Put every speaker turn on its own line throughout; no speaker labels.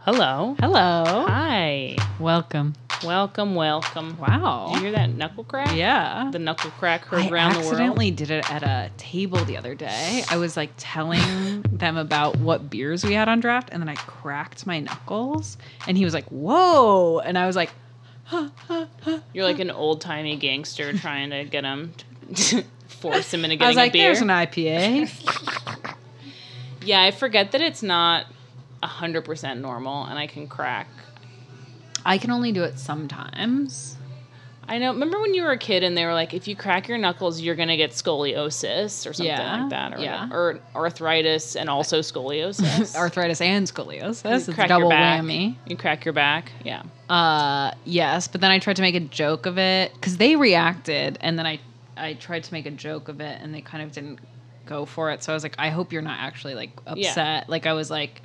Hello.
Hello.
Hi.
Welcome.
Welcome, welcome.
Wow.
Did you hear that knuckle crack?
Yeah.
The knuckle crack heard
I
around
accidentally did it at a table the other day. I was like telling them about what beers we had on draft, and then I cracked my knuckles, and he was like, "Whoa!" And I was like, huh, huh, huh.
the world. You're like an old timey gangster trying to get him, to force him into
"I
getting
was like,
a beer.
there's an IPA."
yeah, I forget that it's not 100% normal and I can crack.
I can only do it sometimes.
I know. Remember when you were a kid and they were like, if you crack your knuckles, you're going to get scoliosis or something
Yeah,
like that? Or,
yeah.
or arthritis and also scoliosis.
Arthritis and scoliosis. It's
You
a
crack
double
your back.
whammy.
You crack your back. Yeah.
Uh, yes, but then I tried to make a joke of it because they reacted, and then I I tried to make a joke of it, and they kind of didn't go for it. So I was like, I hope you're not actually like
Yeah.
upset. Like I was like,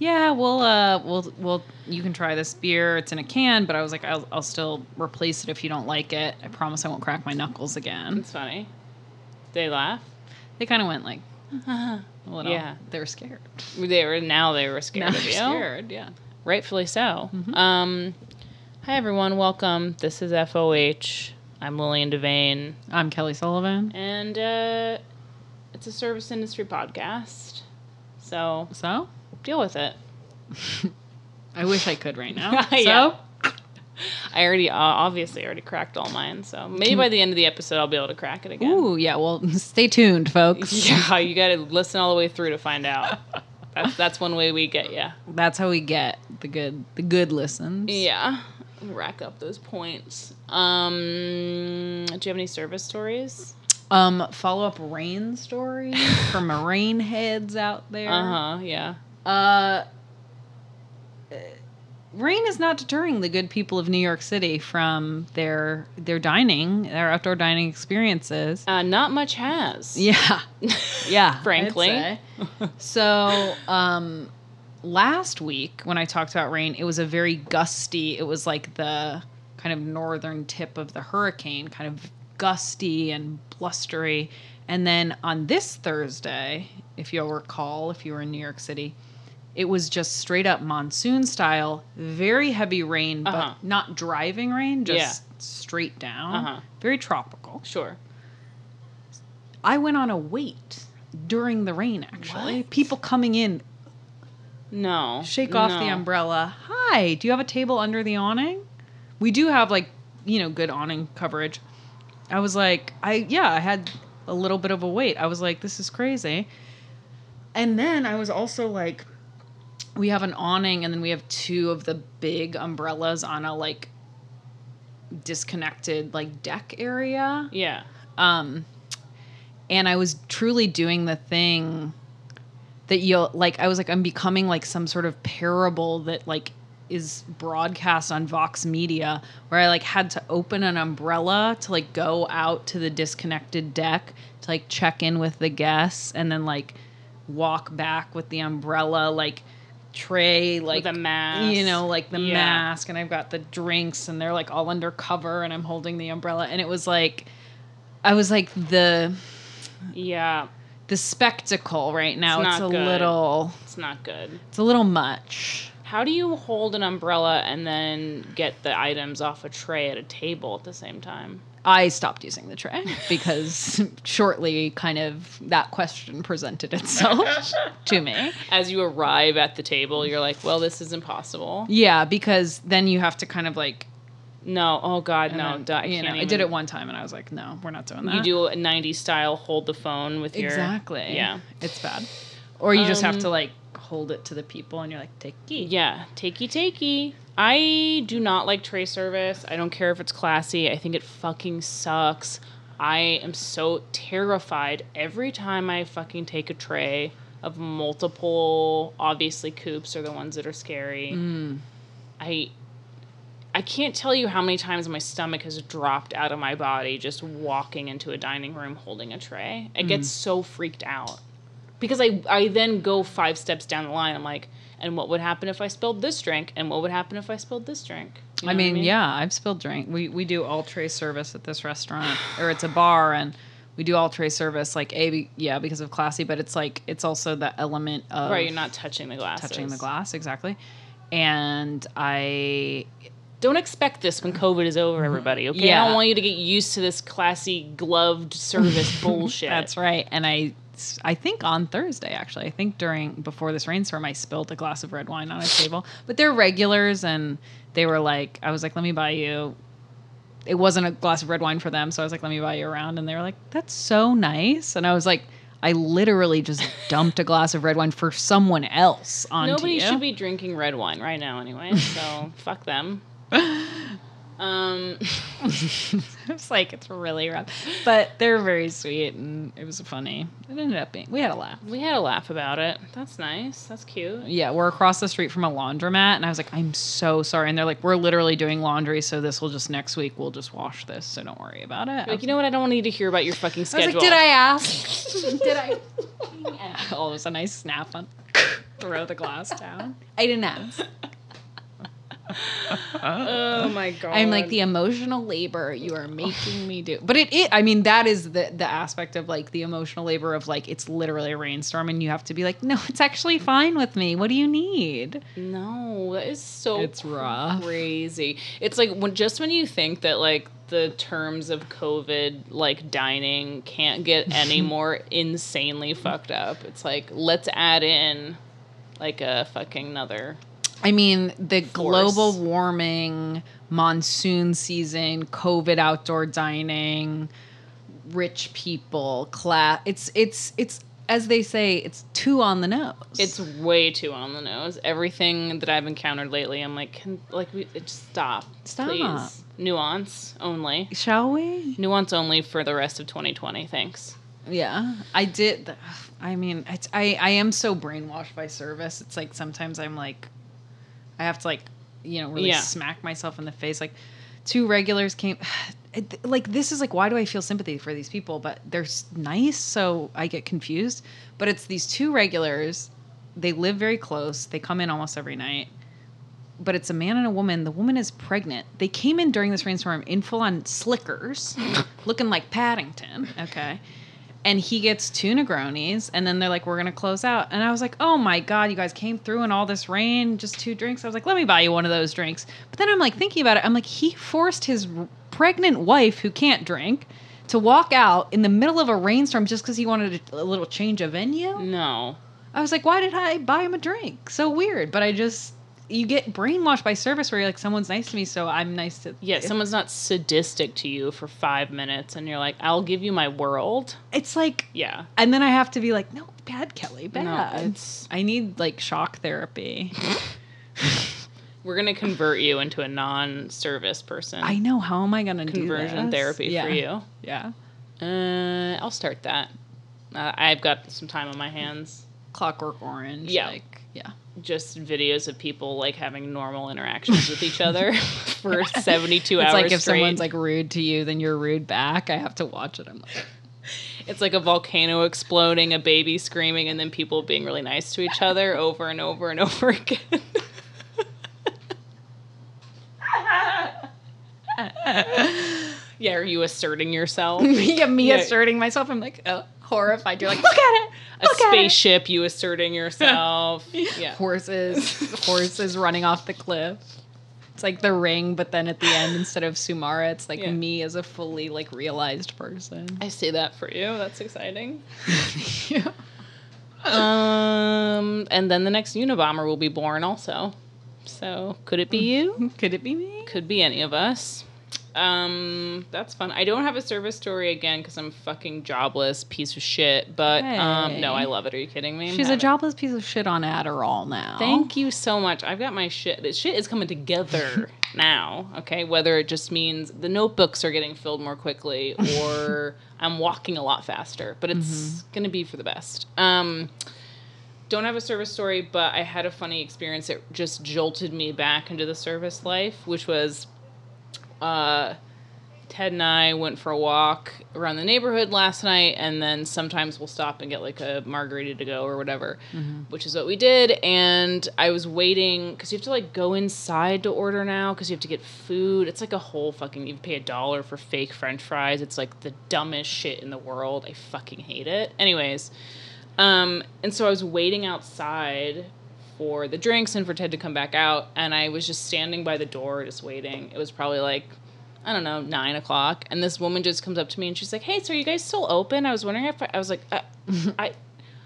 yeah, we'll uh, we'll we'll you can try this beer. It's in a can, but I was like, I'll I'll still replace it if you don't like it. I promise I won't crack my knuckles again.
It's funny. They laugh.
They kind of went like a little.
Uh-huh. Yeah.
they were scared.
They were now they were scared
Now
of
they're
you.
scared. Mm-hmm. Yeah.
Rightfully so. Um, hi everyone, welcome. This is FOH. I'm Lillian Devane,
I'm Kelly Sullivan.
and uh, it's a service industry podcast. So
So
deal with it.
I wish I could right now. So.
Yeah. I already uh, obviously already cracked all mine, so maybe by the end of the episode I'll be able to crack it again.
Ooh, yeah. Well, stay tuned, folks.
Yeah, you got to listen all the way through to find out. that's that's one way we get you.
That's how we get the good the good listens.
Yeah. Rack up those points. Um, do you have any service stories?
Um, follow up rain stories for marine heads out there.
Uh huh. Yeah.
Uh, uh, rain is not deterring the good people of New York City from their their dining, their outdoor dining experiences.
Uh, not much has.
Yeah. Yeah. I'd
Frankly.
say. so, um, last week when I talked about rain, it was a very gusty, it was like the kind of northern tip of the hurricane, kind of gusty and blustery. And then on this Thursday, if you'll recall, if you were in New York City, it was just straight up monsoon style, very heavy rain, but
Uh-huh.
not driving rain,
Yeah.
just straight down.
Uh-huh.
Very tropical.
Sure.
I went on a wait during the rain, actually.
What?
People coming in,
No.
shake off the
No.
umbrella. Hi, do you have a table under the awning? We do have, like, you know, good awning coverage. I was like, I, yeah, I had a little bit of a wait. I was like, this is crazy. And then I was also like, we have an awning and then we have two of the big umbrellas on a, like, disconnected, like, deck area
Yeah.
um and i was truly doing the thing that you'll like i was like i'm becoming like some sort of parable that like is broadcast on vox media where i like had to open an umbrella to like go out to the disconnected deck to like check in with the guests and then like walk back with the umbrella like tray like
With a mask.
you know like the
Yeah.
mask and i've got the drinks and they're like all under cover and i'm holding the umbrella and it was like I was like the
Yeah.
the spectacle right now.
It's
It's,
not
a
good.
little
It's not good.
it's a little much.
How do you hold an umbrella and then get the items off a tray at a table at the same time?
I stopped using the tray because shortly kind of that question presented itself to me.
As you arrive at the table, you're like, "Well, this is impossible."
Yeah, because then you have to kind of like
No. Oh God,
and
no.
then,
duh, I
you
can't
know,
even.
I did it one time and I was like, no, we're not doing that.
You do a 90s style hold the phone with your
exactly.
Yeah.
It's bad. Or you just have
Um,
to like hold it to the people and you're like, take it.
Yeah, takey takey. I do not like tray service. I don't care if it's classy. I think it fucking sucks. I am so terrified every time I fucking take a tray of multiple. Obviously, coops are the ones that are scary. I I can't tell you how many times my stomach has dropped out of my body just walking into a dining room holding a tray. I
Mm.
get so freaked out because I I then go five steps down the line. I'm like, and what would happen if I spilled this drink? And what would happen if I spilled this drink? You know
I
what
mean, yeah, I've spilled drink. We we do all tray service at this restaurant, or it's a bar, and we do all tray service. Like a, be- yeah, because of classy, but it's like it's also the element of
Right, you're not touching the glass.
touching the glass exactly, and I
Don't expect this when COVID is over, everybody. Okay, I
Mm-hmm. Yeah.
don't want you to get used to this classy gloved service bullshit.
That's right. And I I think on Thursday actually. I think during before this rainstorm I spilled a glass of red wine on a table. But they're regulars and they were like I was like, "Let me buy you." It wasn't a glass of red wine for them, so I was like, "Let me buy you a round." And they were like, "That's so nice." And I was like, I literally just dumped a glass of red wine for someone else onto
Nobody
you.
should be drinking red wine right now, anyway. So fuck them. Um,
it's like it's really rough, but they're very sweet, and it was funny. It ended up being we had a laugh.
we had a laugh about it. That's nice. That's cute.
Yeah, we're across the street from a laundromat, and I was like, I'm so sorry. And they're like, we're literally doing laundry, so this will just next week we'll just wash this, so don't worry about it. I
Like,
was
you know what? I don't need to hear about your fucking
I was
schedule.
like, did I ask? did I? All of a sudden, I snap on, throw the glass down. I didn't ask.
Oh my god.
I'm like the emotional labor you are making me do. But it, it I mean, that is the the aspect of like the emotional labor of like it's literally a rainstorm, and you have to be like, no, it's actually fine with me. What do you need?
No, that is so
It's rough.
crazy. It's like when just when you think that like the terms of COVID like dining can't get any more insanely fucked up. It's like let's add in like a fucking another.
I mean, the global
Force.
warming, monsoon season, COVID outdoor dining, rich people, class. It's it's it's as they say, it's two on the nose.
It's way too on the nose. Everything that I've encountered lately, I'm like, can, like we just stop,
Stop.
please. Nuance only.
shall we?
Nuance only for the rest of 2020. Thanks.
Yeah, I did. I mean, it's, I I am so brainwashed by service. It's like sometimes I'm like, I have to like, you know, really
Yeah.
smack myself in the face. Like, two regulars came. it- Like this is like why do I feel sympathy for these people? But they're s- nice, so I get confused. But it's these two regulars. They live very close. They come in almost every night. But it's a man and a woman. The woman is pregnant. They came in during this rainstorm in full on slickers, looking like Paddington. Okay and he gets two Negronis, and then they're like, "We're gonna close out." And I was like, "Oh my god, you guys came through in all this rain, just two drinks." I was like, "Let me buy you one of those drinks." But then I'm like thinking about it, I'm like, he forced his r- pregnant wife, who can't drink, to walk out in the middle of a rainstorm just because he wanted a, a little change of venue.
No.
I was like, "Why did I buy him a drink?" So weird. But I just you get brainwashed by service where you're like, "Someone's nice to me, so I'm nice to."
Yeah,
It's-
someone's not sadistic to you for five minutes and you're like, I'll give you my world.
it's like
Yeah.
And then I have to be like, no, bad Kelly, bad.
it's- Mm-hmm.
I need like shock therapy.
We're going to convert you into a non service person.
I know. How am I going to do
Conversion
this?
therapy
Yeah.
for you.
Yeah.
Uh, I'll start that. Uh, I've got some time on my hands.
Clockwork Orange.
Yeah.
Like, yeah.
Just videos of people like having normal interactions with each other for 72
it's
hours.
like if
straight.
someone's like rude to you, then you're rude back. I have to watch it. I'm like,
It's like a volcano exploding, a baby screaming, and then people being really nice to each other over and over and over again. yeah, are you asserting yourself? A
yeah, me
Yeah.
asserting myself. I'm like, oh, horrified. You're like, look at it. Look at it."
spaceship, you asserting yourself. Yeah.
Horses, horses running off the cliff. It's like the ring, but then at the end, instead of Sumara, it's like
Yeah.
me as a fully like realized person.
I see that for you. That's exciting. Um, and then the next Unabomber will be born also. So could it be you?
Could it be me?
could be any of us. Um, that's fun. I don't have a service story again because I'm fucking jobless piece of shit. But um, no,
Hey.
I love it. Are you kidding me? I'm
She's a
having-
jobless piece of shit on Adderall now.
Thank you so much. I've got my shit. This shit is coming together now. Okay, whether it just means the notebooks are getting filled more quickly or I'm walking a lot faster, but it's gonna be for the best. Um, don't have a service story, but I had a funny experience that just jolted me back into the service life, which was uh, Ted and I went for a walk around the neighborhood last night, and then sometimes we'll stop and get like a margarita to go or whatever, which is what we did. And I was waiting because you have to like go inside to order now because you have to get food. It's like a whole fucking, you pay a dollar for fake french fries. It's like the dumbest shit in the world. I fucking hate it. Anyways, um, and so I was waiting outside for the drinks and for Ted to come back out. And I was just standing by the door, just waiting. It was probably like, I don't know, nine o'clock. And this woman just comes up to me and she's like, Hey, so are you guys still open? I was wondering if I, I was like, uh, I.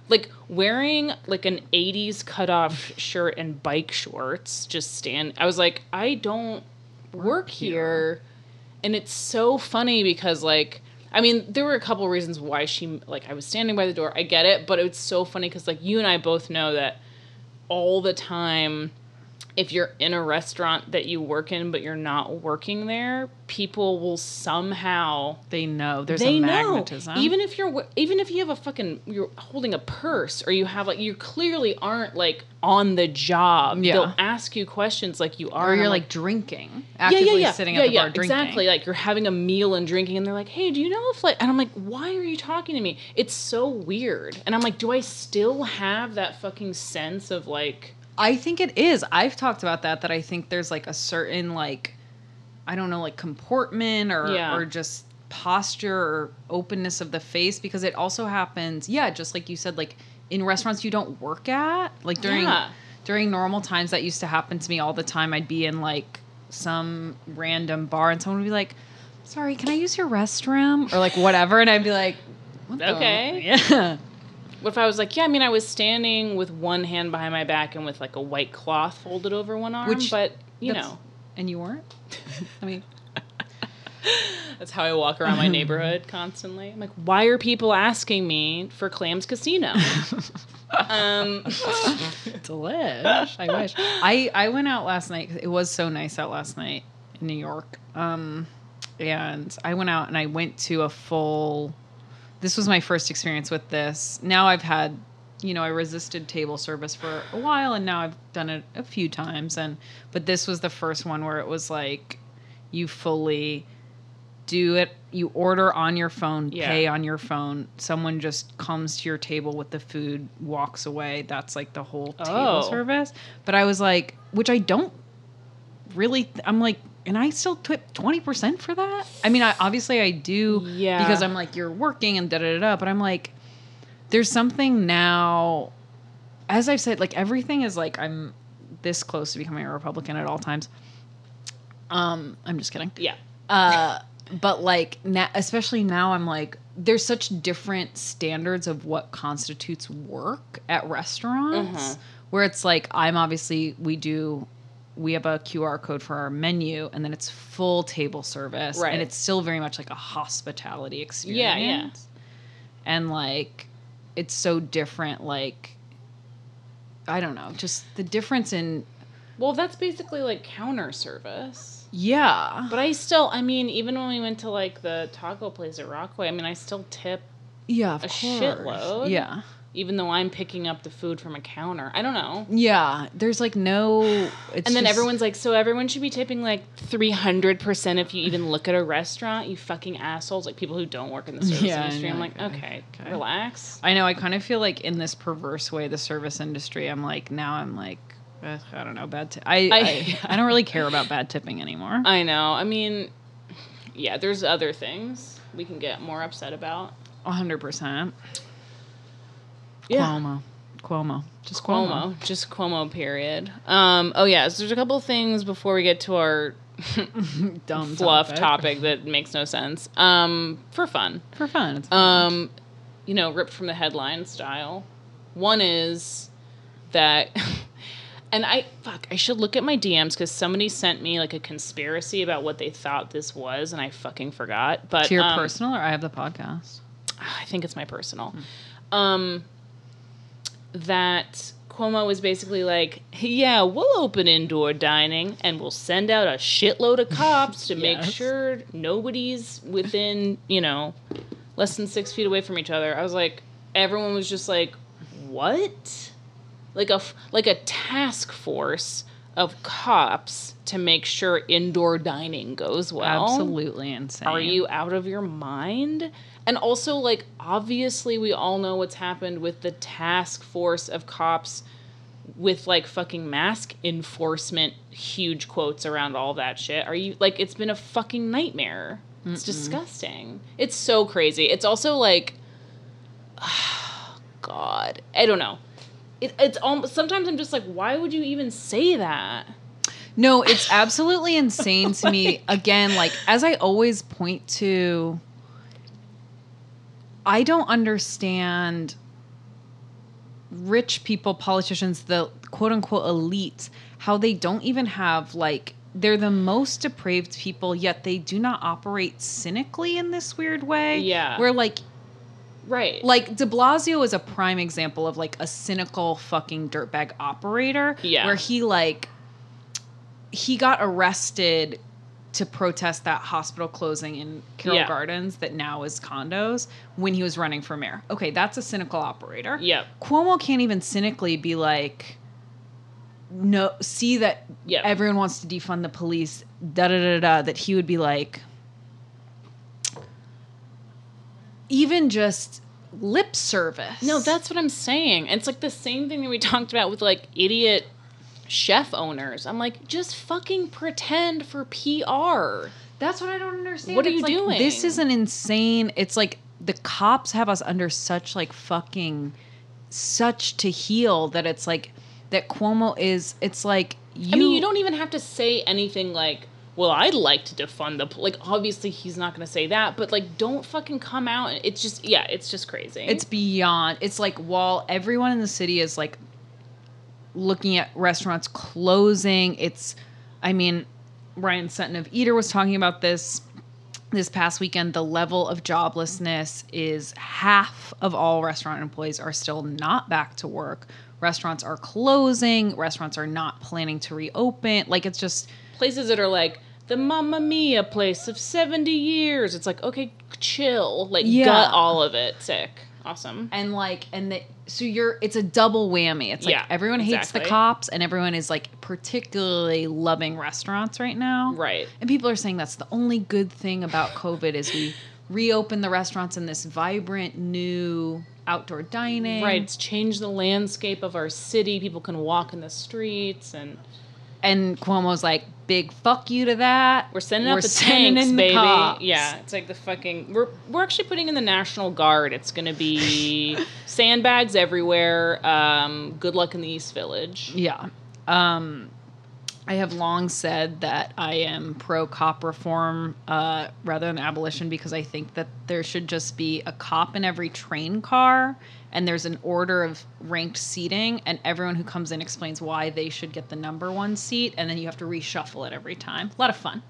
Like wearing like an '80s cutoff shirt and bike shorts, just stand. I was like, I don't work here. and it's so funny because like i mean there were a couple reasons why she like i was standing by the door i get it but it's so funny because like you and i both know that all the time if you're in a restaurant that you work in but you're not working there people will somehow
They know there's
they
a
know.
magnetism.
Even if you're w- even if you have a fucking you're holding a purse or you have like you clearly aren't like on the job.
Yeah.
They'll ask you questions like you are.
or
and
you're
I'm
like drinking, actively sitting at the bar drinking.
Exactly. Like you're having a meal and drinking, and they're like, "Hey, do you know if like?" And I'm like, "Why are you talking to me? It's so weird." And I'm like, "Do I still have that fucking sense of like?"
I think it is. I've talked about that. That I think there's like a certain like, I don't know, like comportment or
Yeah.
or just posture or openness of the face because it also happens. Yeah, just like you said, like in restaurants you don't work at. Like during
Yeah.
during normal times, that used to happen to me all the time. I'd be in like some random bar and someone would be like, "Sorry, can I use your restroom?" or like whatever, and I'd be like, what the-
Okay.
yeah."
What if I was like, "Yeah, I mean, I was standing with one hand behind my back and with like a white cloth folded over one arm,
Which-
but you
That's-
know."
and you weren't. I mean.
That's how I walk around my neighborhood constantly. I'm like, why are people asking me for Clams Casino? um,
Delish. I wish. I I went out last night. 'cause It was so nice out last night in New York. Um, and I went out and I went to a full. This was my first experience with this. Now I've had, you know, I resisted table service for a while, and now I've done it a few times. And but this was the first one where it was like, you fully do it. You order on your phone,
Yeah.
pay on your phone. Someone just comes to your table with the food, walks away. That's like the whole table
Oh.
service. But I was like, which I don't really. I'm like, and I still tip twenty percent for that. I mean, I obviously I do
Yeah.
because I'm like you're working and da da da. da But I'm like, there's something now. As I've said, like everything is like I'm this close to becoming a Republican at all times. Um, I'm just kidding
yeah.
uh, but like now, especially now i'm like there's such different standards of what constitutes work at
Uh-huh.
restaurants where it's like i'm obviously we do we have a qr code for our menu and then it's full table service
Right.
and it's still very much like a hospitality experience
yeah.
and like it's so different like i don't know just the difference in
Well, that's basically like counter service.
yeah
But I still, I mean, even when we went to like the taco place at Rockaway, I mean, I still tip,
yeah of
a
course
shitload.
yeah
even though I'm picking up the food from a counter. I don't know.
Yeah, there's like no. It's
And then
just-
everyone's like, so everyone should be tipping like 300% if you even look at a restaurant, you fucking assholes. Like people who don't work in the service
Yeah, I
industry. I'm
know.
like, okay,
Okay.
relax.
I know. I kind of feel like in this perverse way, the service industry. I'm like now. I'm like. eh, I don't know bad. T- I, I
I-
I don't really care about bad tipping anymore.
I know. I mean, yeah, there's other things we can get more upset about.
hundred percent. Cuomo, Cuomo, just Cuomo.
Cuomo, just Cuomo. Period. Um, oh yeah, so there's a couple of things before we get to our
Dumb
fluff topic. that makes no sense. Um, for fun,
for fun. It's
um, you know, ripped from the headline style. One is that, and I fuck, I should look at my DMs because somebody sent me like a conspiracy about what they thought this was, and I fucking forgot. But
to your
um,
personal, or I have the podcast.
I think it's my personal. Um, that Cuomo was basically like, "Yeah, we'll open indoor dining and we'll send out a shitload of cops to make
Yes.
sure nobody's within, you know, less than six feet away from each other." I was like, everyone was just like, "What?" Like a f- like a task force of cops to make sure indoor dining goes well.
Absolutely insane.
Are you out of your mind? And also, like, obviously, we all know what's happened with the task force of cops with like fucking mask enforcement, huge quotes around all that shit. Are you like, it's been a fucking nightmare. It's disgusting. It's so crazy. It's also like, God, I don't know. It, it's almost sometimes I'm just like, why would you even say that?
No, it's absolutely insane to me. Again, like as I always point to, I don't understand rich people, politicians, the quote unquote elite, how they don't even have like they're the most depraved people, yet they do not operate cynically in this weird way.
Yeah.
Where like
Right.
like De Blasio is a prime example of like a cynical fucking dirtbag operator.
Yeah.
Where he like he got arrested to protest that hospital closing in Carroll
Yeah.
Gardens that now is condos when he was running for mayor. Okay, that's a cynical operator.
Yep.
Cuomo can't even cynically be like no see that
Yep.
everyone wants to defund the police, da da da da, that he would be like, even just lip service.
No, that's what I'm saying. It's like the same thing that we talked about with like idiot chef owners. I'm like, just fucking pretend for PR.
that's what I don't understand.
What are
It's
you
like,
doing?
This is an insane. It's like the cops have us under such like fucking such to heal that it's like that Cuomo is. It's like you.
I mean, you don't even have to say anything like, well, I'd like to defund the. pol-" Like, obviously, he's not going to say that, but like, don't fucking come out. and It's just, yeah, it's just crazy.
It's beyond. It's like while everyone in the city is like looking at restaurants closing, it's I mean, Ryan Sutton of Eater was talking about this this past weekend. The level of joblessness is half of all restaurant employees are still not back to work. Restaurants are closing, restaurants are not planning to reopen. Like it's just
places that are like the Mamma Mia place of 70 years. It's like, okay, chill. Like,
Yeah.
gut all of it. Sick. Awesome.
and like and the so you're it's a double whammy it's like
Yeah,
everyone hates the
exactly.
cops and everyone is like particularly loving restaurants right now
Right.
and people are saying that's the only good thing about covid is we reopen the restaurants in this vibrant new outdoor dining
Right. It's changed the landscape of our city. People can walk in the streets and
and cuomo's like big fuck you to that
we're sending out the
sending
tanks,
in the
baby.
cops.
Yeah. It's like the fucking we're we're actually putting in the National Guard. It's gonna be sandbags everywhere. Um, good luck in the East Village.
Yeah. Um, I have long said that I am pro cop reform uh, rather than abolition because I think that there should just be a cop in every train car and there's an order of ranked seating and everyone who comes in explains why they should get the number one seat and then you have to reshuffle it every time. A lot of fun.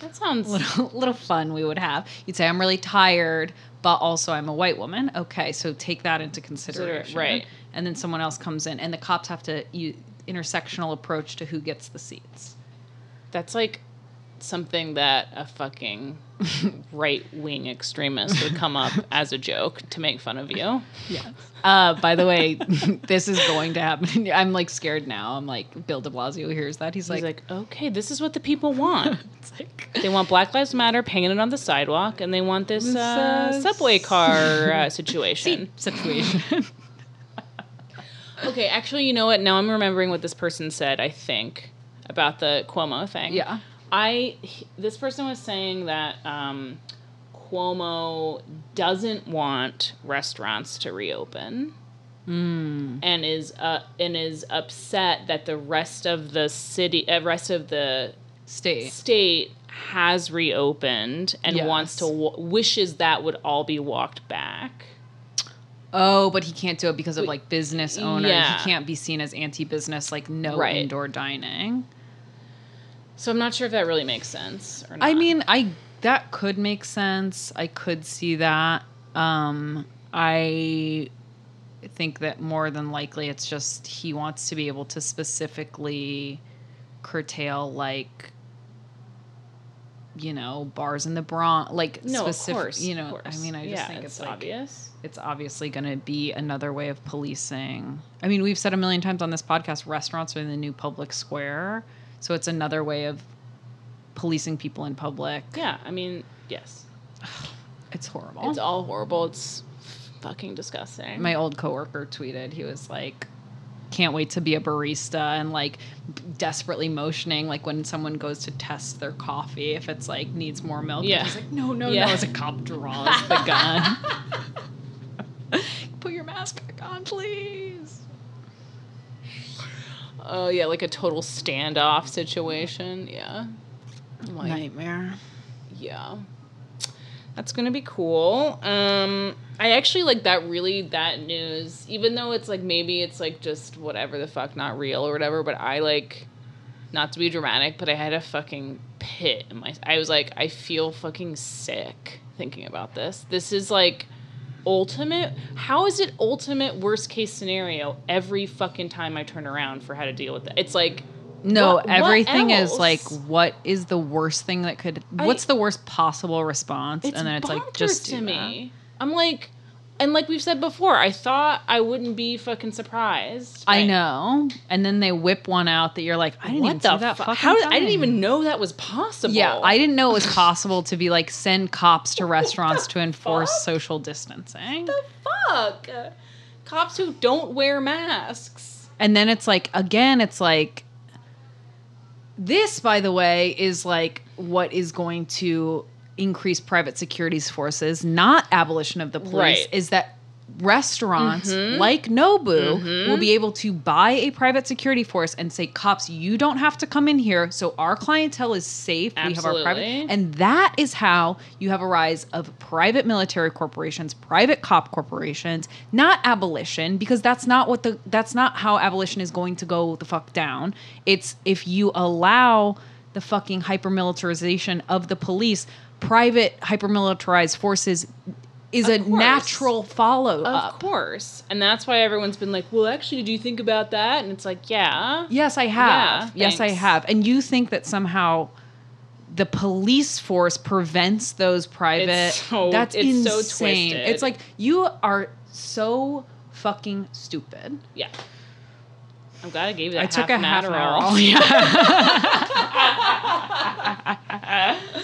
That sounds
Little, little fun we would have. You'd say, I'm really tired, but also I'm a white woman. Okay, so take that into consideration.
right.
And then someone else comes in, and the cops have to you intersectional approach to who gets the seats.
that's like something that a fucking right wing extremist would come up as a joke to make fun of you.
Yeah. Uh, by the way, this is going to happen. I'm like scared now. I'm like, Bill de Blasio hears that. He's,
He's
like,
like, okay, this is what the people want.
it's like
They want Black Lives Matter painted on the sidewalk, and they want this,
This,
uh,
uh,
subway car uh, situation.
situation.
Okay, actually, you know what? Now I'm remembering what this person said. I think about the Cuomo thing.
yeah.
I he- this person was saying that um, Cuomo doesn't want restaurants to reopen.
Hmm.
and is uh, and is upset that the rest of the city, uh, rest of the
Stay.
state has reopened and
Yes.
wants to wa- wishes that would all be walked back.
Oh, but he can't do it because of like business owner.
yeah.
He can't be seen as anti-business, like no
Right.
indoor dining.
So I'm not sure if that really makes sense or not.
I mean, I that could make sense. I could see that. Um, I think that more than likely, it's just he wants to be able to specifically curtail like you know bars in the Bronx, like
no,
specific.
of course,
you
of
know, I
course.
mean, I just
Yeah,
think it's, like,
obvious.
it's obviously going to be another way of policing. I mean, we've said a million times on this podcast restaurants are the new public square. So it's another way of policing people in public.
Yeah, I mean, yes,
It's horrible.
it's all horrible. It's fucking disgusting.
Oh. My old coworker tweeted, he was like, can't wait to be a barista and like b- desperately motioning like when someone goes to test their coffee if it's like needs more milk.
Yeah.
He's like, no, no,
Yeah.
no. As a cop draws the gun. Put your mask back on, please.
Oh yeah, like a total standoff situation. Yeah. Like,
Nightmare.
yeah that's gonna be cool um i actually like that really that news even though it's like maybe it's like just whatever the fuck not real or whatever but i like not to be dramatic but i had a fucking pit in my i was like i feel fucking sick thinking about this this is like ultimate how is it ultimate worst case scenario every fucking time i turn around for how to deal with it it's like
No,
What- what
everything is
else?
like, what is the worst thing that could?
I-
What's the worst possible response?
It's
and then it's like,
bonkers
just
to
do that.
me. I'm like, and like we've said before, I thought I wouldn't be fucking surprised.
I
but-
know. And then they whip one out that you're like, I didn't
what
even
the
see that
fu-
fucking
How did, I
coming.
didn't even know that was possible.
Yeah, I didn't know it was possible to be like send cops to restaurants to enforce
fuck?
social distancing.
the fuck. Cops who don't wear masks.
And then it's like again, it's like this by the way is like what is going to increase private security's forces, not abolition of the police,
Right.
is that restaurants like Nobu will be able to buy a private security force and say cops you don't have to come in here so our clientele is safe we have our private
Absolutely.
and that is how you have a rise of private military corporations, private cop corporations, not abolition, because that's not what the that's not how abolition is going to go the fuck down. It's if you allow the fucking hypermilitarization of the police, private hypermilitarized forces is a
course.
natural follow
Of
up.
course. And that's why everyone's been like, well, actually, do you think about that? And it's like, yeah.
Yes, I have.
Yeah,
yes, I
thanks.
have. And you think that somehow the police force prevents those private
It's so-
that's
it's so
insane.
twisted.
It's like you are so fucking stupid.
Yeah. I'm glad I gave you that
I took a
half
half
an
an
Adderall.
hour. Yeah.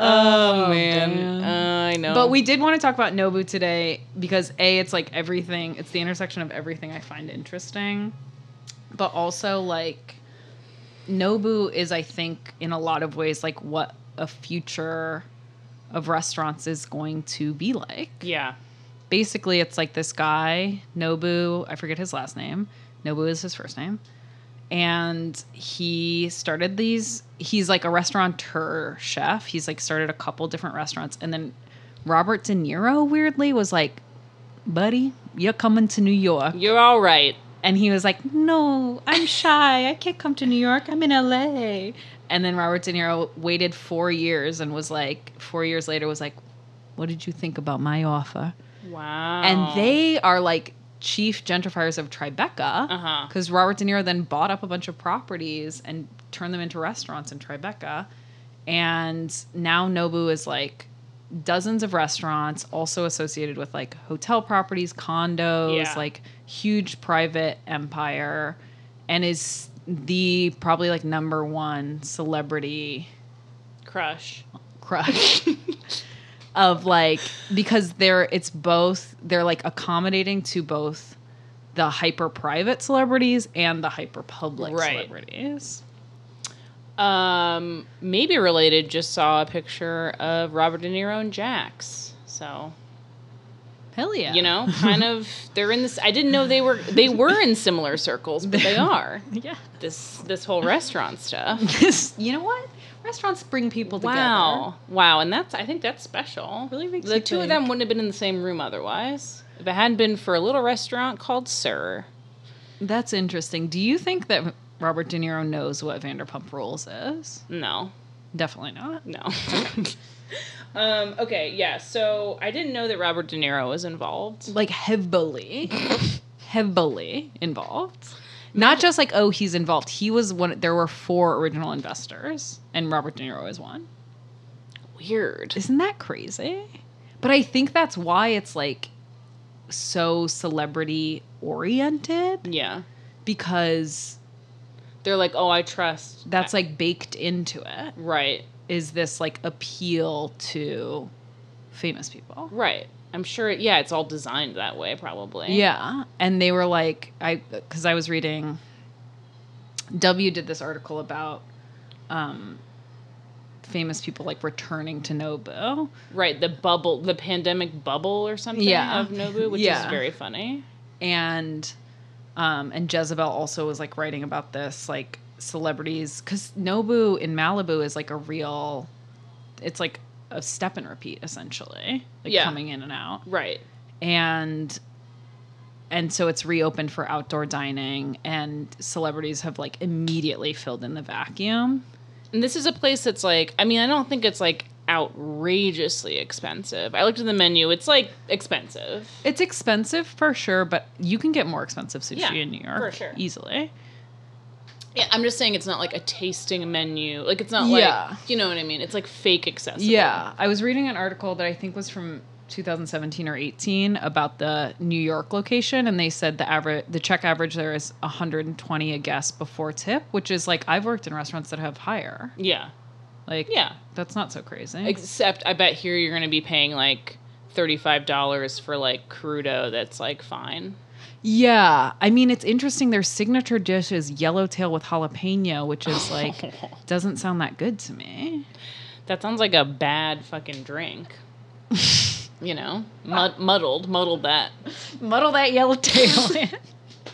Oh,
damn.
Uh, I know.
but we did want to talk about Nobu today because A, it's like everything, it's the intersection of everything I find interesting. But also like Nobu is I think in a lot of ways like what a future of restaurants is going to be like.
Yeah.
basically it's like this guy nobu i forget his last name nobu is his first name and he started these he's like a restaurateur chef he's like started a couple different restaurants and then robert de niro weirdly was like buddy you're coming to new york
You're all right.
and he was like no i'm shy i can't come to new york i'm in la and then robert de niro waited four years and was like four years later was like what did you think about my offer
Wow.
and they are like chief gentrifiers of Tribeca
Uh-huh.
because Robert De Niro then bought up a bunch of properties and turned them into restaurants in Tribeca, and now Nobu is like dozens of restaurants also associated with like hotel properties, condos,
Yeah.
like huge private empire, and is the probably like number one celebrity
crush.
crush of like because they're it's both they're like accommodating to both the hyper private celebrities and the hyper public
Right.
celebrities.
Um, maybe related. Just saw a picture of Robert De Niro and Jax. So
Hell yeah.
you know, kind of they're in this. I didn't know they were they were in similar circles, but they are.
Yeah.
This this whole restaurant stuff.
This you know what? Restaurants bring people together.
Wow, wow, and that's I think that's special.
Really makes
the
you
two of them wouldn't have been in the same room otherwise. If it hadn't been for a little restaurant called Sir,
That's interesting. Do you think that Robert De Niro knows what Vanderpump Rules is?
no,
Definitely not.
No. um, okay, yeah. So I didn't know that Robert De Niro was involved.
Like heavily, heavily involved. Not just like oh he's involved. He was one. There were four original investors, and Robert De Niro is one.
Weird.
Isn't that crazy? But I think that's why it's like so celebrity oriented
Yeah.
because
They're like, oh, I trust.
that's like baked into it
Right,
is this like appeal to famous people.
right. I'm sure. Yeah, it's all designed that way, probably.
Yeah. And they were like, I, because I was reading, W did this article about um, famous people like returning to Nobu.
Right. The bubble, the pandemic bubble or something
Yeah.
of Nobu, which
Yeah.
is very funny.
And Um, and Jezebel also was like writing about this, like celebrities, because Nobu in Malibu is like a real, it's like a step and repeat essentially, like
Yeah.
coming in and out,
Right.
and and so it's reopened for outdoor dining, and celebrities have like immediately filled in the vacuum.
And this is a place that's like, I mean, I don't think it's like outrageously expensive. I looked at the menu, it's like expensive.
It's expensive for sure, but you can get more expensive sushi
Yeah,
in New York
for sure.
easily.
Yeah, I'm just saying it's not like a tasting menu. Like it's not
Yeah.
like you know what I mean. It's like fake accessible.
Yeah, I was reading an article that I think was from 2017 or 18 about the New York location, and they said the average, the check average there is 120 a guest before tip, which is like I've worked in restaurants that have higher.
Yeah.
Like,
Yeah.
that's not so crazy.
Except I bet here you're gonna be paying like thirty-five dollars for like crudo. That's like fine.
yeah, I mean it's interesting. Their signature dish is yellowtail with jalapeno, which is like doesn't sound that good to me.
That sounds like a bad fucking drink. you know, Mud- muddled, muddled that.
Muddle that yellowtail in.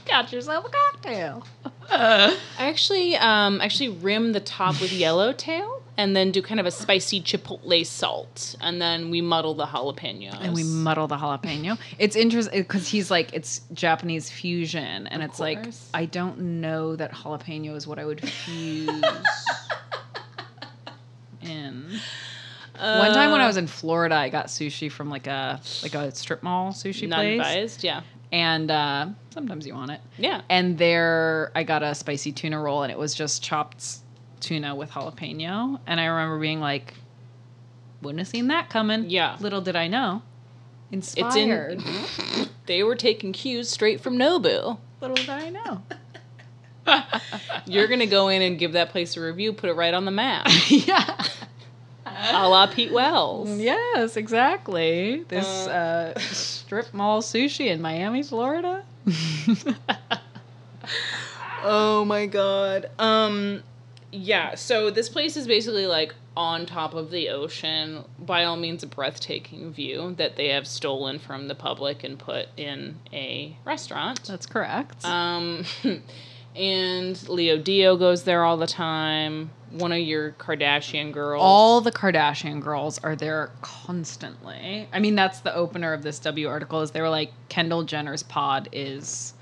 Got yourself a cocktail.
I actually, um, actually rim the top with yellowtail. And then do kind of a spicy chipotle salt, and then we muddle the jalapenos.
and we muddle the jalapeno. It's interesting because he's like it's Japanese fusion, and it's like
course.
I don't know that jalapeno is what I would fuse in. One time
Uh,
when I was in Florida, I got sushi from like a like a strip mall sushi place,
non-biased, yeah,
and uh, sometimes you want it.
yeah.
And there, I got a spicy tuna roll, and it was just chopped s- tuna with jalapeno. And I remember being like, "Wouldn't have seen that coming."
Yeah.
Little did I know.
It's in.
Inspired.
They were taking cues straight from Nobu.
Little did I know.
You're gonna go in and give that place a review, put it right on the map,
yeah.
a la Pete Wells.
Yes, exactly. This
Uh.
uh, strip mall sushi in Miami, Florida.
Oh my god. Um, yeah. So this place is basically like on top of the ocean. By all means, a breathtaking view that they have stolen from the public and put in a restaurant.
That's correct.
Um, and Leo Dio goes there all the time. One of your Kardashian girls.
all the Kardashian girls are there constantly. I mean, that's the opener of this W article. Is they were like Kendall Jenner's pod is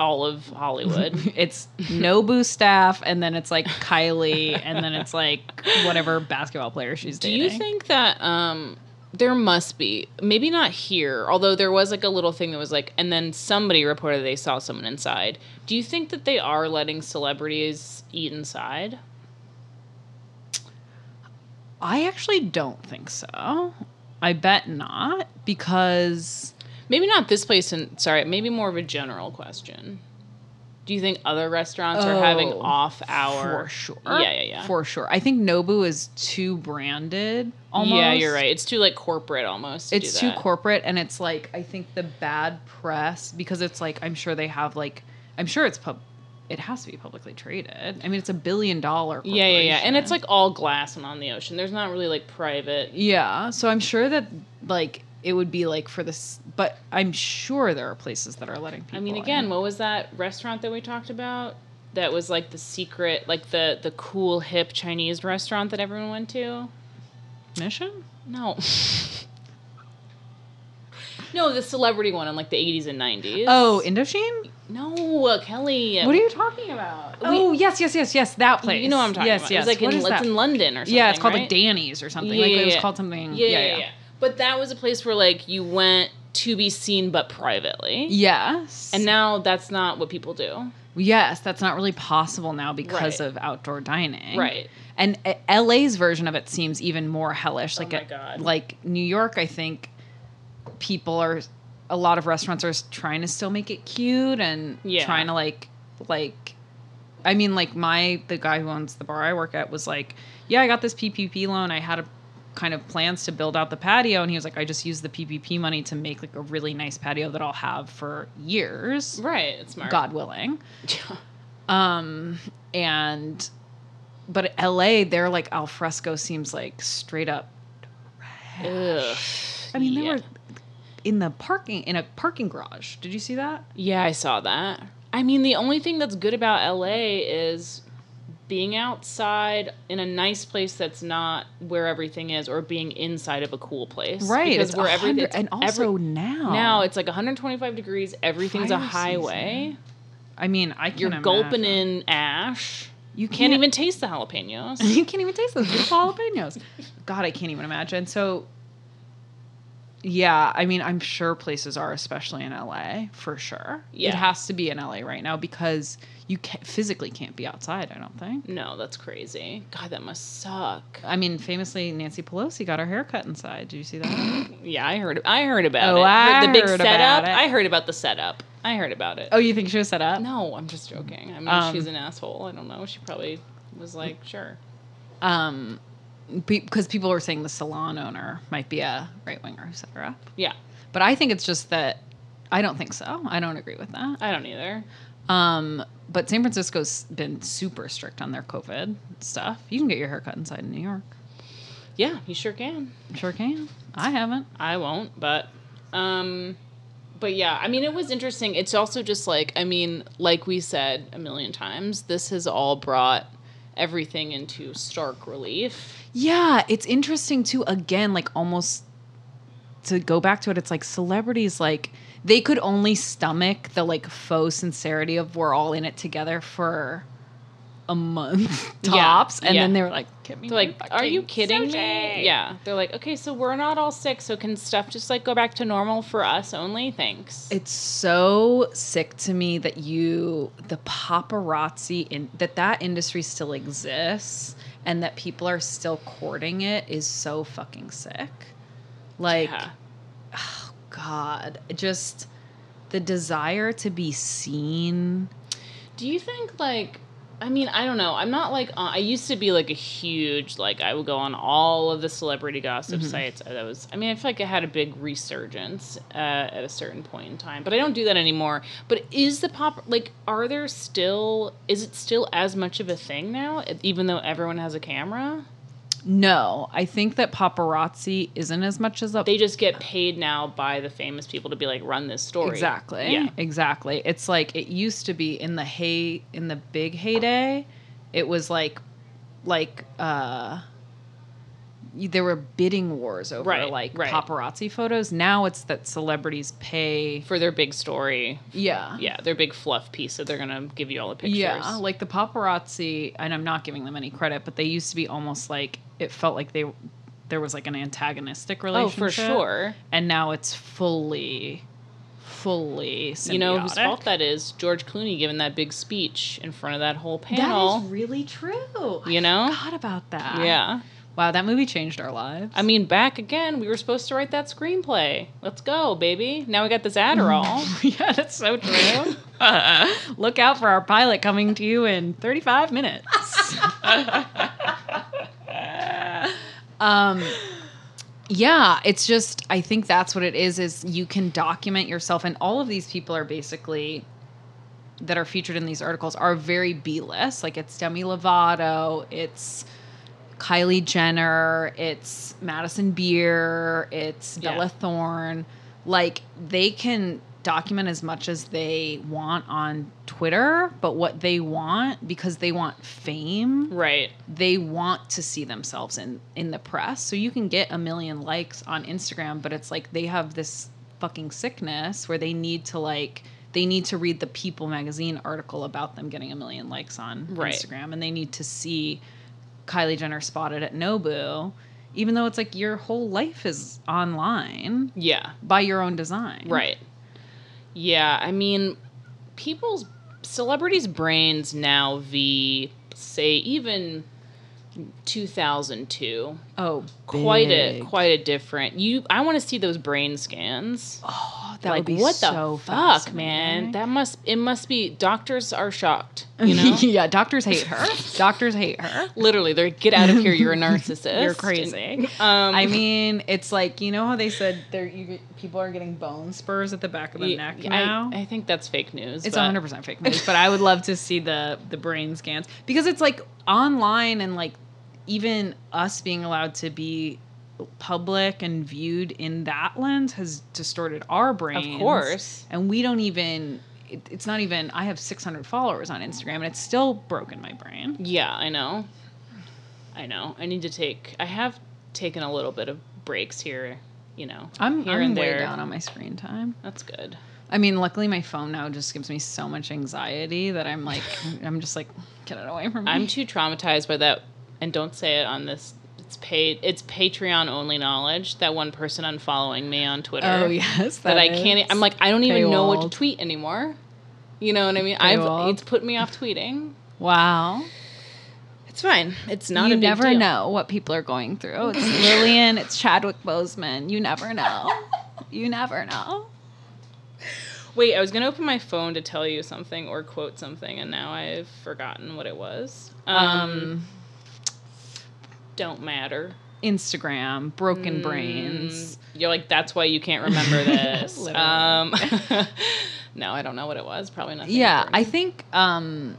all of Hollywood.
it's Nobu staff, and then it's like Kylie, and then it's like whatever basketball player she's
Do
dating.
you think that um there must be maybe not here, although there was like a little thing that was like and then somebody reported they saw someone inside. Do you think that they are letting celebrities eat inside?
I actually don't think so. I bet not because
Maybe not this place and sorry, maybe more of a general question. Do you think other restaurants are having
Oh,
off hour?
for sure.
Yeah, yeah, yeah.
For sure. I think Nobu is too branded almost.
Yeah, you're right. It's too like corporate almost. to do
It's too
that.
corporate and it's like I think the bad press because it's like I'm sure they have like I'm sure it's pub it has to be publicly traded. I mean it's a billion dollar
Yeah, yeah, yeah. And it's
corporation.
like all glass and on the ocean. There's not really like private
Yeah. So I'm sure that like it would be like for this but I'm sure there are places that are letting people
I mean,
in.
again, what was that restaurant that we talked about? That was like the secret, like the the cool hip Chinese restaurant that everyone went to.
mission?
No. no, the celebrity one in like the eighties and nineties.
Oh, Indochine?
no, Kelly.
What are you talking about?
We-
oh, yes, yes, yes, yes. That place.
You know what I'm talking
yes,
about?
Yes,
It's like
What
in,
is
it's
that?
in London or something.
yeah, it's called
right?
the Danny's or something.
Yeah,
like
yeah,
it was
yeah.
called something.
Yeah yeah, yeah, But that was a place where like you went to be seen, but privately.
Yes.
And now that's not what people do.
yes, that's not really possible now because
Right.
of outdoor dining.
Right.
And uh, LA's version of it seems even more hellish. Like
Oh my
uh,
God.
like New York, I think people are a lot of restaurants are s- trying to still make it cute and
Yeah.
trying to like like I mean, like my the guy who owns the bar I work at was like, yeah, I got this PPP loan. I had a kind of plans to build out the patio, and he was like, I just used the PPP money to make like a really nice patio that I'll have for years,
Right. It's smart.
God willing. Um, and but LA, they're like alfresco seems like straight up. E
Ugh.
I mean, there
Yeah.
were in the parking in a parking garage. Did you see that?
Yeah, I saw that. I mean, the only thing that's good about LA is being outside in a nice place that's not where everything is, or being inside of a cool place.
Because
Because where everything
and also now
now it's like 125 degrees. Everything's a
Fire
highway.
I mean, I can
You're gulping
imagine.
in ash.
You
Can't
can't-
even taste the jalapenos.
you can't even taste those. It's all jalapenos. God, I can't even imagine. So, yeah, I mean, I'm sure places are, especially in LA, for sure.
Yeah.
It has to be in LA right now because you can physically can't be outside, I don't think.
no, that's crazy. God, that must suck.
I mean, famously, Nancy Pelosi got her hair cut inside. Did you see that?
Yeah, I heard. I heard about
Oh,
it.
I
the big
heard
setup.
about it.
I heard about the setup. I heard about it.
oh, you think she was set up?
No, I'm just joking. I mean,
Um,
she's an asshole. I don't know. She probably was like, sure.
Um, because people were saying the salon owner might be a right winger who set her up.
Yeah,
But I think it's just that I don't think so. I don't agree with that.
I don't either.
Um, but San Francisco's been super strict on their COVID stuff. You can get your hair cut inside in New York.
Yeah, you sure can.
Sure can. I haven't.
I won't, but um but yeah, I mean it was interesting. It's also just like, I mean, like we said a million times, this has all brought everything into stark relief.
Yeah, it's interesting too. Again, like almost to go back to it, it's like celebrities like they could only stomach the like faux sincerity of we're all in it together for a month
Yeah,
tops, and then
yeah.
they were like, "Get me
They're like,
my
are you
fucking
kidding
sushi."
me? Yeah. They're like, okay, so we're not all sick, so can stuff just like go back to normal for us only? Thanks.
It's so sick to me that you, the paparazzi, in, that that industry still exists and that people are still courting it is so fucking sick. Like,
Yeah.
oh God, just the desire to be seen.
Do you think like I mean, I don't know. I'm not like uh, I used to be like a huge like I would go on all of the celebrity gossip
Mm-hmm.
sites. Uh, That was I mean, I feel like it had a big resurgence uh, at a certain point in time, but I don't do that anymore. But is the pop like are there still is it still as much of a thing now e, even though everyone has a camera?
No, I think that paparazzi isn't as much as a
They just get paid now by the famous people to be like run this story.
Exactly.
Yeah.
Exactly. It's like it used to be in the hey in the big heyday, it was like like uh y- there were bidding wars over
Right,
like
right.
paparazzi photos. Now it's that celebrities pay
For their big story.
yeah.
Yeah, their big fluff piece that they're going to give you all the pictures.
Yeah, like the paparazzi, and I'm not giving them any credit, but they used to be almost like it felt like they there was like an antagonistic
oh,
relationship.
for sure.
And now it's fully, fully. Symbiotic.
You know whose fault that is? George Clooney giving that big speech in front of that whole
That
panel.
is really true.
You know?
I forgot about that.
yeah.
Wow, that movie changed our lives.
I mean, back again, we were supposed to write that screenplay. Let's go, baby. Now we got this Adderall.
yeah, that's so true. Look out for our pilot coming to you in 35 minutes. um yeah, it's just I think that's what it is is you can document yourself and all of these people are basically that are featured in these articles are very B-list. Like it's Demi Lovato, it's Kylie Jenner, it's Madison Beer, it's
Yeah.
Bella Thorne. Like they can document as much as they want on Twitter, but what they want because they want fame,
right.
they want to see themselves in in the press. So you can get a million likes on Instagram, but it's like they have this fucking sickness where they need to like they need to read the People magazine article about them getting a million likes on
Right.
Instagram and they need to see Kylie Jenner spotted at Nobu, even though it's like your whole life is online
Yeah.
by your own design.
Right. Yeah, I mean, people's celebrities' brains now v say even 2002
Oh,
quite a
big.
quite a different you i want to see those brain scans
Oh, that
like
would be
what
so
the fuck,
fascinating.
man? That must it must be doctors are shocked, you know?
yeah, doctors hate her. doctors hate her.
Literally, they're get out of here, you're a narcissist.
You're crazy.
Um
I mean, it's like you know how they said there you, people are getting bone spurs at the back of
y-
the neck
I-
now.
I, think that's fake news.
it's
but-
100 percent fake news, but I would love to see the the brain scans because it's like online and like even us being allowed to be public and viewed in that lens has distorted our brains.
course.
And we don't even. It, it's not even. I have 600 followers on Instagram, and it's still broken my brain.
Yeah, I know. I know. I need to take. I have taken a little bit of breaks here. You know,
I'm,
here
I'm
and
way
there.
down on my screen time.
That's good.
I mean, luckily my phone now just gives me so much anxiety that I'm like, I'm just like, get it away from me.
I'm too traumatized by that, and don't say it on this. It's paid. It's Patreon only knowledge. That one person unfollowing me on Twitter.
oh yes,
that I can't. e, I'm like, I don't even know what to
Paywalled. tweet
tweet anymore. You know what I mean?
Paywalled.
I've it's put me off tweeting.
wow.
It's fine. It's not
you
a big
never
deal.
know what people are going through. It's Lillian. It's Chadwick Boseman. You never know. You never know.
Wait, I was gonna open my phone to tell you something or quote something, and now I've forgotten what it was. Um,
Um,
don't matter.
Instagram, broken brains.
Mm, You're like, that's why you can't remember this.
Literally.
um, no, I don't know what it was. Probably nothing.
Yeah, I
important.
think. Um,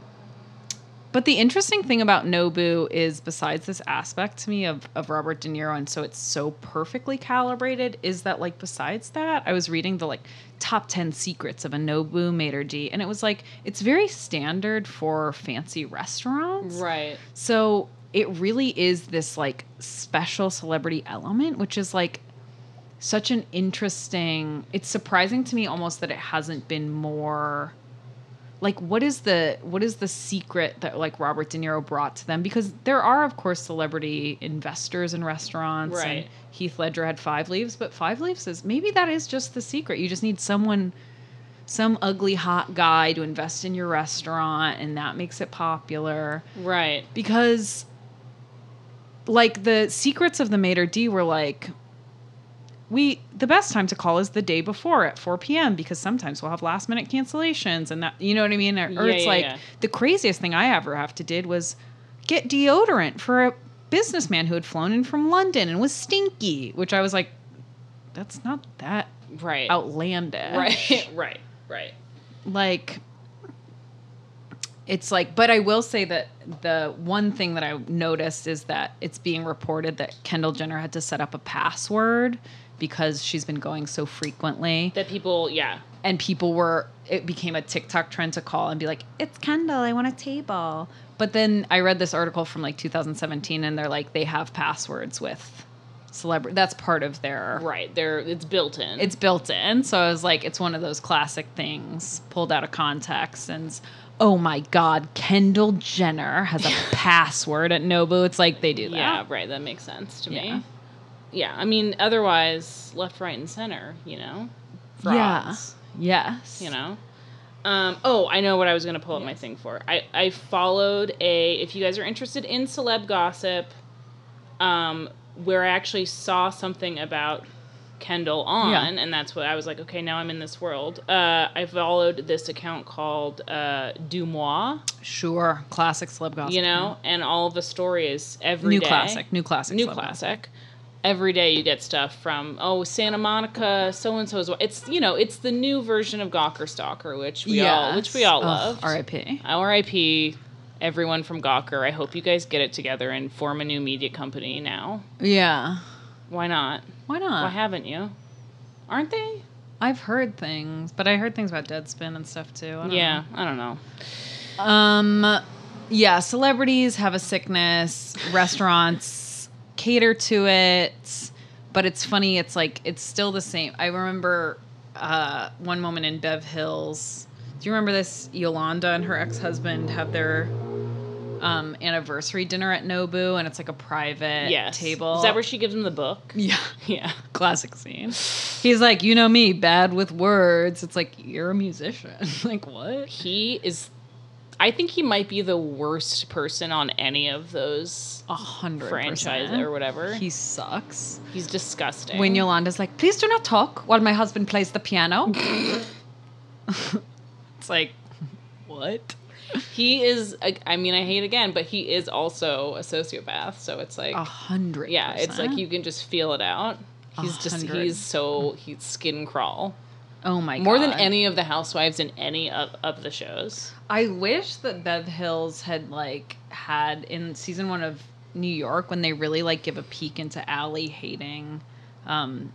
but the interesting thing about Nobu is, besides this aspect to me of, of Robert De Niro, and so it's so perfectly calibrated, is that like besides that, I was reading the like top ten secrets of a Nobu maitre d, and it was like it's very standard for fancy restaurants,
right.
so it really is this like special celebrity element, which is like such an interesting. It's surprising to me almost that it hasn't been more. Like what is the what is the secret that like Robert De Niro brought to them? Because there are of course celebrity investors in restaurants. And
Right.
Heath Ledger had Five Leaves, but Five Leaves is maybe that is just the secret. You just need someone some ugly hot guy to invest in your restaurant and that makes it popular
Right.
because like the secrets of the mater d were like we the best time to call is the day before at 4 p.m because sometimes we'll have last minute cancellations and that you know what i mean or, or
Yeah,
it's
yeah,
like
yeah.
the craziest thing i ever have to did was get deodorant for a businessman who had flown in from london and was stinky which i was like that's not that
Right.
outlandish
Right. right. Right.
like it's like but i will say that the one thing that i noticed is that it's being reported that kendall jenner had to set up a password because she's been going so frequently
That people. Yeah.
and people were it became a tiktok trend to call and be like it's kendall i want a table but then i read this article from like 2017 and they're like they have passwords with celebrity that's part of their
Right. They're. It's built in.
it's built in. So I was like, it's one of those classic things pulled out of context. And s- oh my God, Kendall Jenner has a password at Nobu. It's like they do that.
Yeah, right. That makes sense to
Yeah.
me. Yeah, I mean, otherwise, left, right, and center. You know,
Yeah.
frauds.
Yes.
You know. Um, oh, I know what I was going to pull up my thing for. I I followed a. If you guys are interested in celeb gossip, um, where I actually saw something about Kendall on,
Yeah.
and that's what I was like. Okay, now I'm in this world. Uh, I followed this account called uh, Dumois.
Sure. Classic celeb gossip.
You know, and all of the stories every
New
day.
classic. New classic.
New
celeb gossip.
classic. Every day you get stuff from oh Santa Monica, so and so's. It's you know it's the new version of Gawker Stalker, which we all which we all love. Uh,
R.I.P.
R.I.P. Everyone from Gawker. I hope you guys get it together and form a new media company now.
Yeah.
Why not?
Why not?
Why haven't you? Aren't they?
I've heard things, but I heard things about Deadspin and stuff too. I don't
Yeah, I don't know.
know. Um, yeah. Celebrities have a sickness. Restaurants cater to it, but it's funny. It's like it's still the same. I remember uh, one moment in Bev Hills. Do you remember this? Yolanda and her ex husband have their um, anniversary dinner at Nobu, and it's like a private
Yes.
table.
Is that where she gives him the book?
yeah.
Yeah.
classic scene. He's like, you know me, bad with words. It's like you're a musician. like what?
He is. I think he might be the worst person on any of those
A hundred
franchise
percent.
or whatever.
He sucks.
He's disgusting.
When Yolanda's like, please do not talk while my husband plays the piano. it's like, what?
he is, I I mean, I hate again, but he is also a sociopath. So it's like,
A hundred.
yeah, it's like
percent.
you can just feel it out.
A
He's just,
hundred.
he's so, he's skin crawl.
Oh my
More
god.
than any of the housewives in any of, of the shows.
I wish that Bev Hills had like had in season one of New York when they really like give a peek into Allie hating um,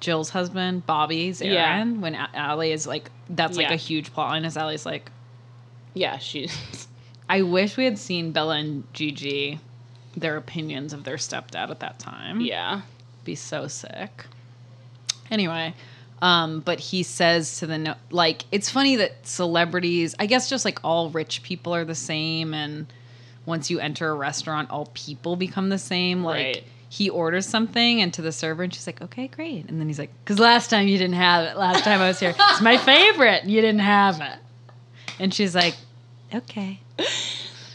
Jill's husband, Bobby's
Yeah.
Aaron. When A- Allie is like, that's like
Yeah.
a huge plot line. Is Allie's like,
Yeah, she's
I wish we had seen Bella and Gigi, their opinions of their stepdad at that time.
yeah.
be so sick. Anyway, um, but he says to the no- like, it's funny that celebrities, I guess, just like all rich people are the same, and once you enter a restaurant, all people become the same. Like
Right.
he orders something, and to the server, and she's like, "Okay, great," and then he's like, "Cause last time you didn't have it. Last time I was here, it's my favorite. You didn't have it," and she's like, "Okay."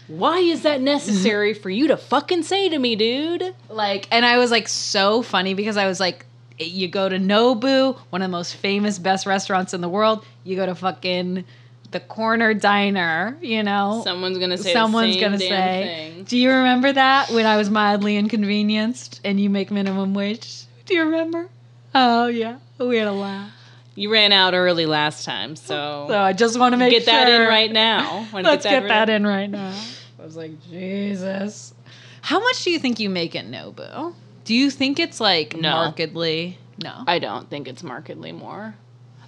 Why is that necessary for you to fucking say to me, dude?
Like, and I was like so funny because I was like, you go to Nobu, one of the most famous, best restaurants in the world. You go to fucking the corner diner, you know.
Someone's gonna say. Someone's
Someone's gonna
gonna
say,
Thing.
"Do you remember that when I was mildly inconvenienced and you make minimum wage? Do you remember?" Oh yeah, we had a laugh.
You ran out early last time, so,
So I just want to make
get
sure
that in right now. Wanna
Let's get that,
right-
in right now. I was like, Jesus. How much do you think you make at Nobu? Do you think it's like
No.
markedly? No.
I don't think it's markedly more.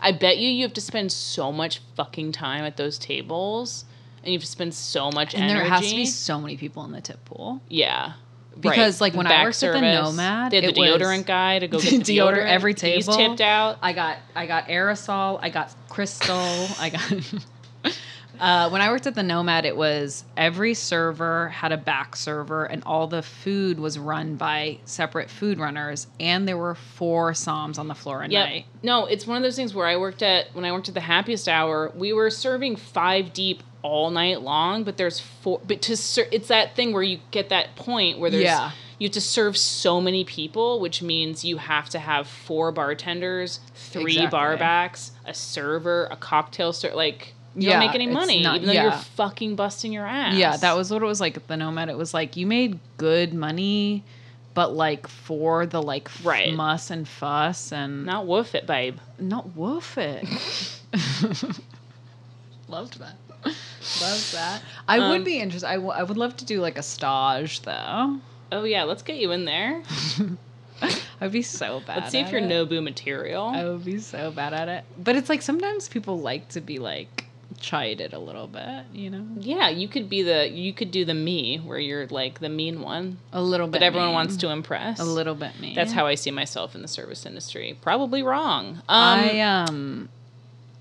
I bet you you have to spend so much fucking time at those tables, and you have to spend so much
and
energy.
there has to be so many people in the tip pool.
yeah.
Because, like,
The
when I worked at the Nomad,
they had the
it was-
deodorant guy to go
The
get the
deodorant,
deodorant.
every
He's
table.
tipped out.
I got I got aerosol, I got crystal, I got Uh, when I worked at the Nomad, it was every server had a back server, and all the food was run by separate food runners. And there were four Psalms on the floor a
Yep.
night.
No, it's one of those things where I worked at when I worked at the Happiest Hour, we were serving five deep all night long, but there's four. But to ser- it's that thing where you get that point where there's
Yeah.
you have to serve so many people, which means you have to have four bartenders, three
Exactly.
bar backs, a server, a cocktail server. Like you
Yeah,
don't make any
it's
money,
not-
even though you're
yeah.
fucking busting your ass.
Yeah, that was what it was like at the Nomad. It was like you made good money, but like for the like f-
Right.
muss and fuss and
not woof it, babe.
not worth it. Loved that. Loved that. I
Um,
would be interested. I, w- I would love to do like a stage though.
Oh yeah, let's get you in there.
I'd be so bad.
Let's see if
at
you're
it.
Nobu material.
I would be so bad at it. But it's like sometimes people like to be like chided a little bit, you know,
Yeah, you could be the you could do the me where you're like the mean one,
a little bit.
but everyone
mean.
wants to impress.
a little bit mean.
That's how I see myself in the service industry. Probably wrong. Um,
I um.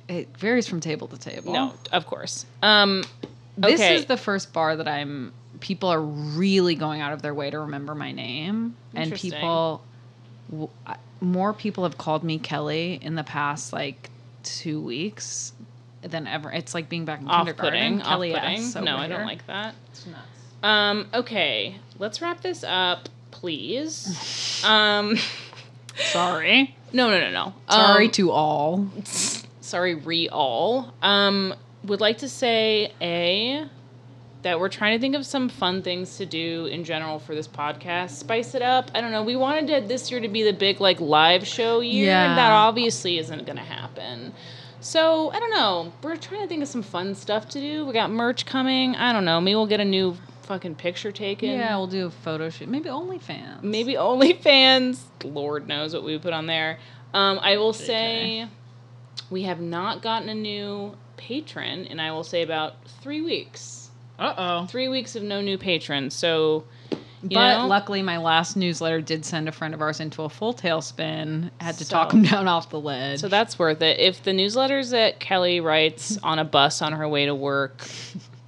It varies from table to table.
no, of course. Um,
This
okay.
is the first bar that I'm. People are really going out of their way to remember my name, and
Interesting.
people, w- I- more people have called me Kelly in the past like two weeks than ever. It's like being back in
off-putting.
kindergarten. Kelly S,
Off-putting.
so
no, I
weird.
don't like that.
It's nuts.
Um, okay, let's wrap this up, please. um,
Sorry,
no, no, no, no.
sorry
Um,
to all.
sorry, re all. Um, would like to say a that we're trying to think of some fun things to do in general for this podcast. Spice it up. I don't know. We wanted it this year to be the big like live show year,
Yeah.
and that obviously isn't going to happen. So I don't know. We're trying to think of some fun stuff to do. We got merch coming. I don't know. Maybe we'll get a new fucking picture taken.
Yeah, we'll do a photo shoot. Maybe OnlyFans.
Maybe OnlyFans. Lord knows what we would put on there. Um, I will say we have not gotten a new patron, and I will say about three weeks.
Uh oh.
Three weeks of no new patrons. So, you
But
know,
luckily, my last newsletter did send a friend of ours into a full tailspin. Had to talk
So-
him down off the ledge.
so that's worth it. If the newsletters that Kelly writes on a bus on her way to work,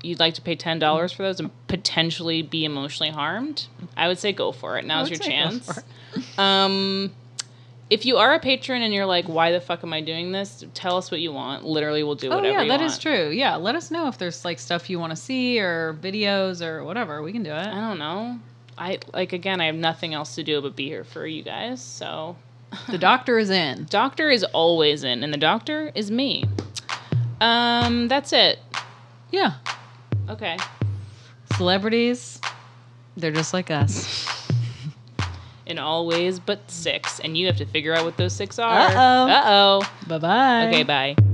you'd like to pay ten dollars for those and potentially be emotionally harmed, I would say go for it. Now's
would
your
say go
chance.
for it.
Um, if you are a patron and you're like, why the fuck am I doing this? Tell us what you want. Literally, we'll do
Oh
whatever.
yeah, that is
you want.
true. Yeah, let us know if there's like stuff you want to see or videos or whatever. We can do
I
it.
don't know. I like again. I have nothing else to do but be here for you guys. So,
The doctor is in.
doctor is always in, and the doctor is me. Um, that's it.
Yeah,
Okay.
celebrities, they're just like us.
In all ways but six, and you have to figure out what those six are.
Uh-oh.
Uh oh.
Bye bye.
Okay. Bye.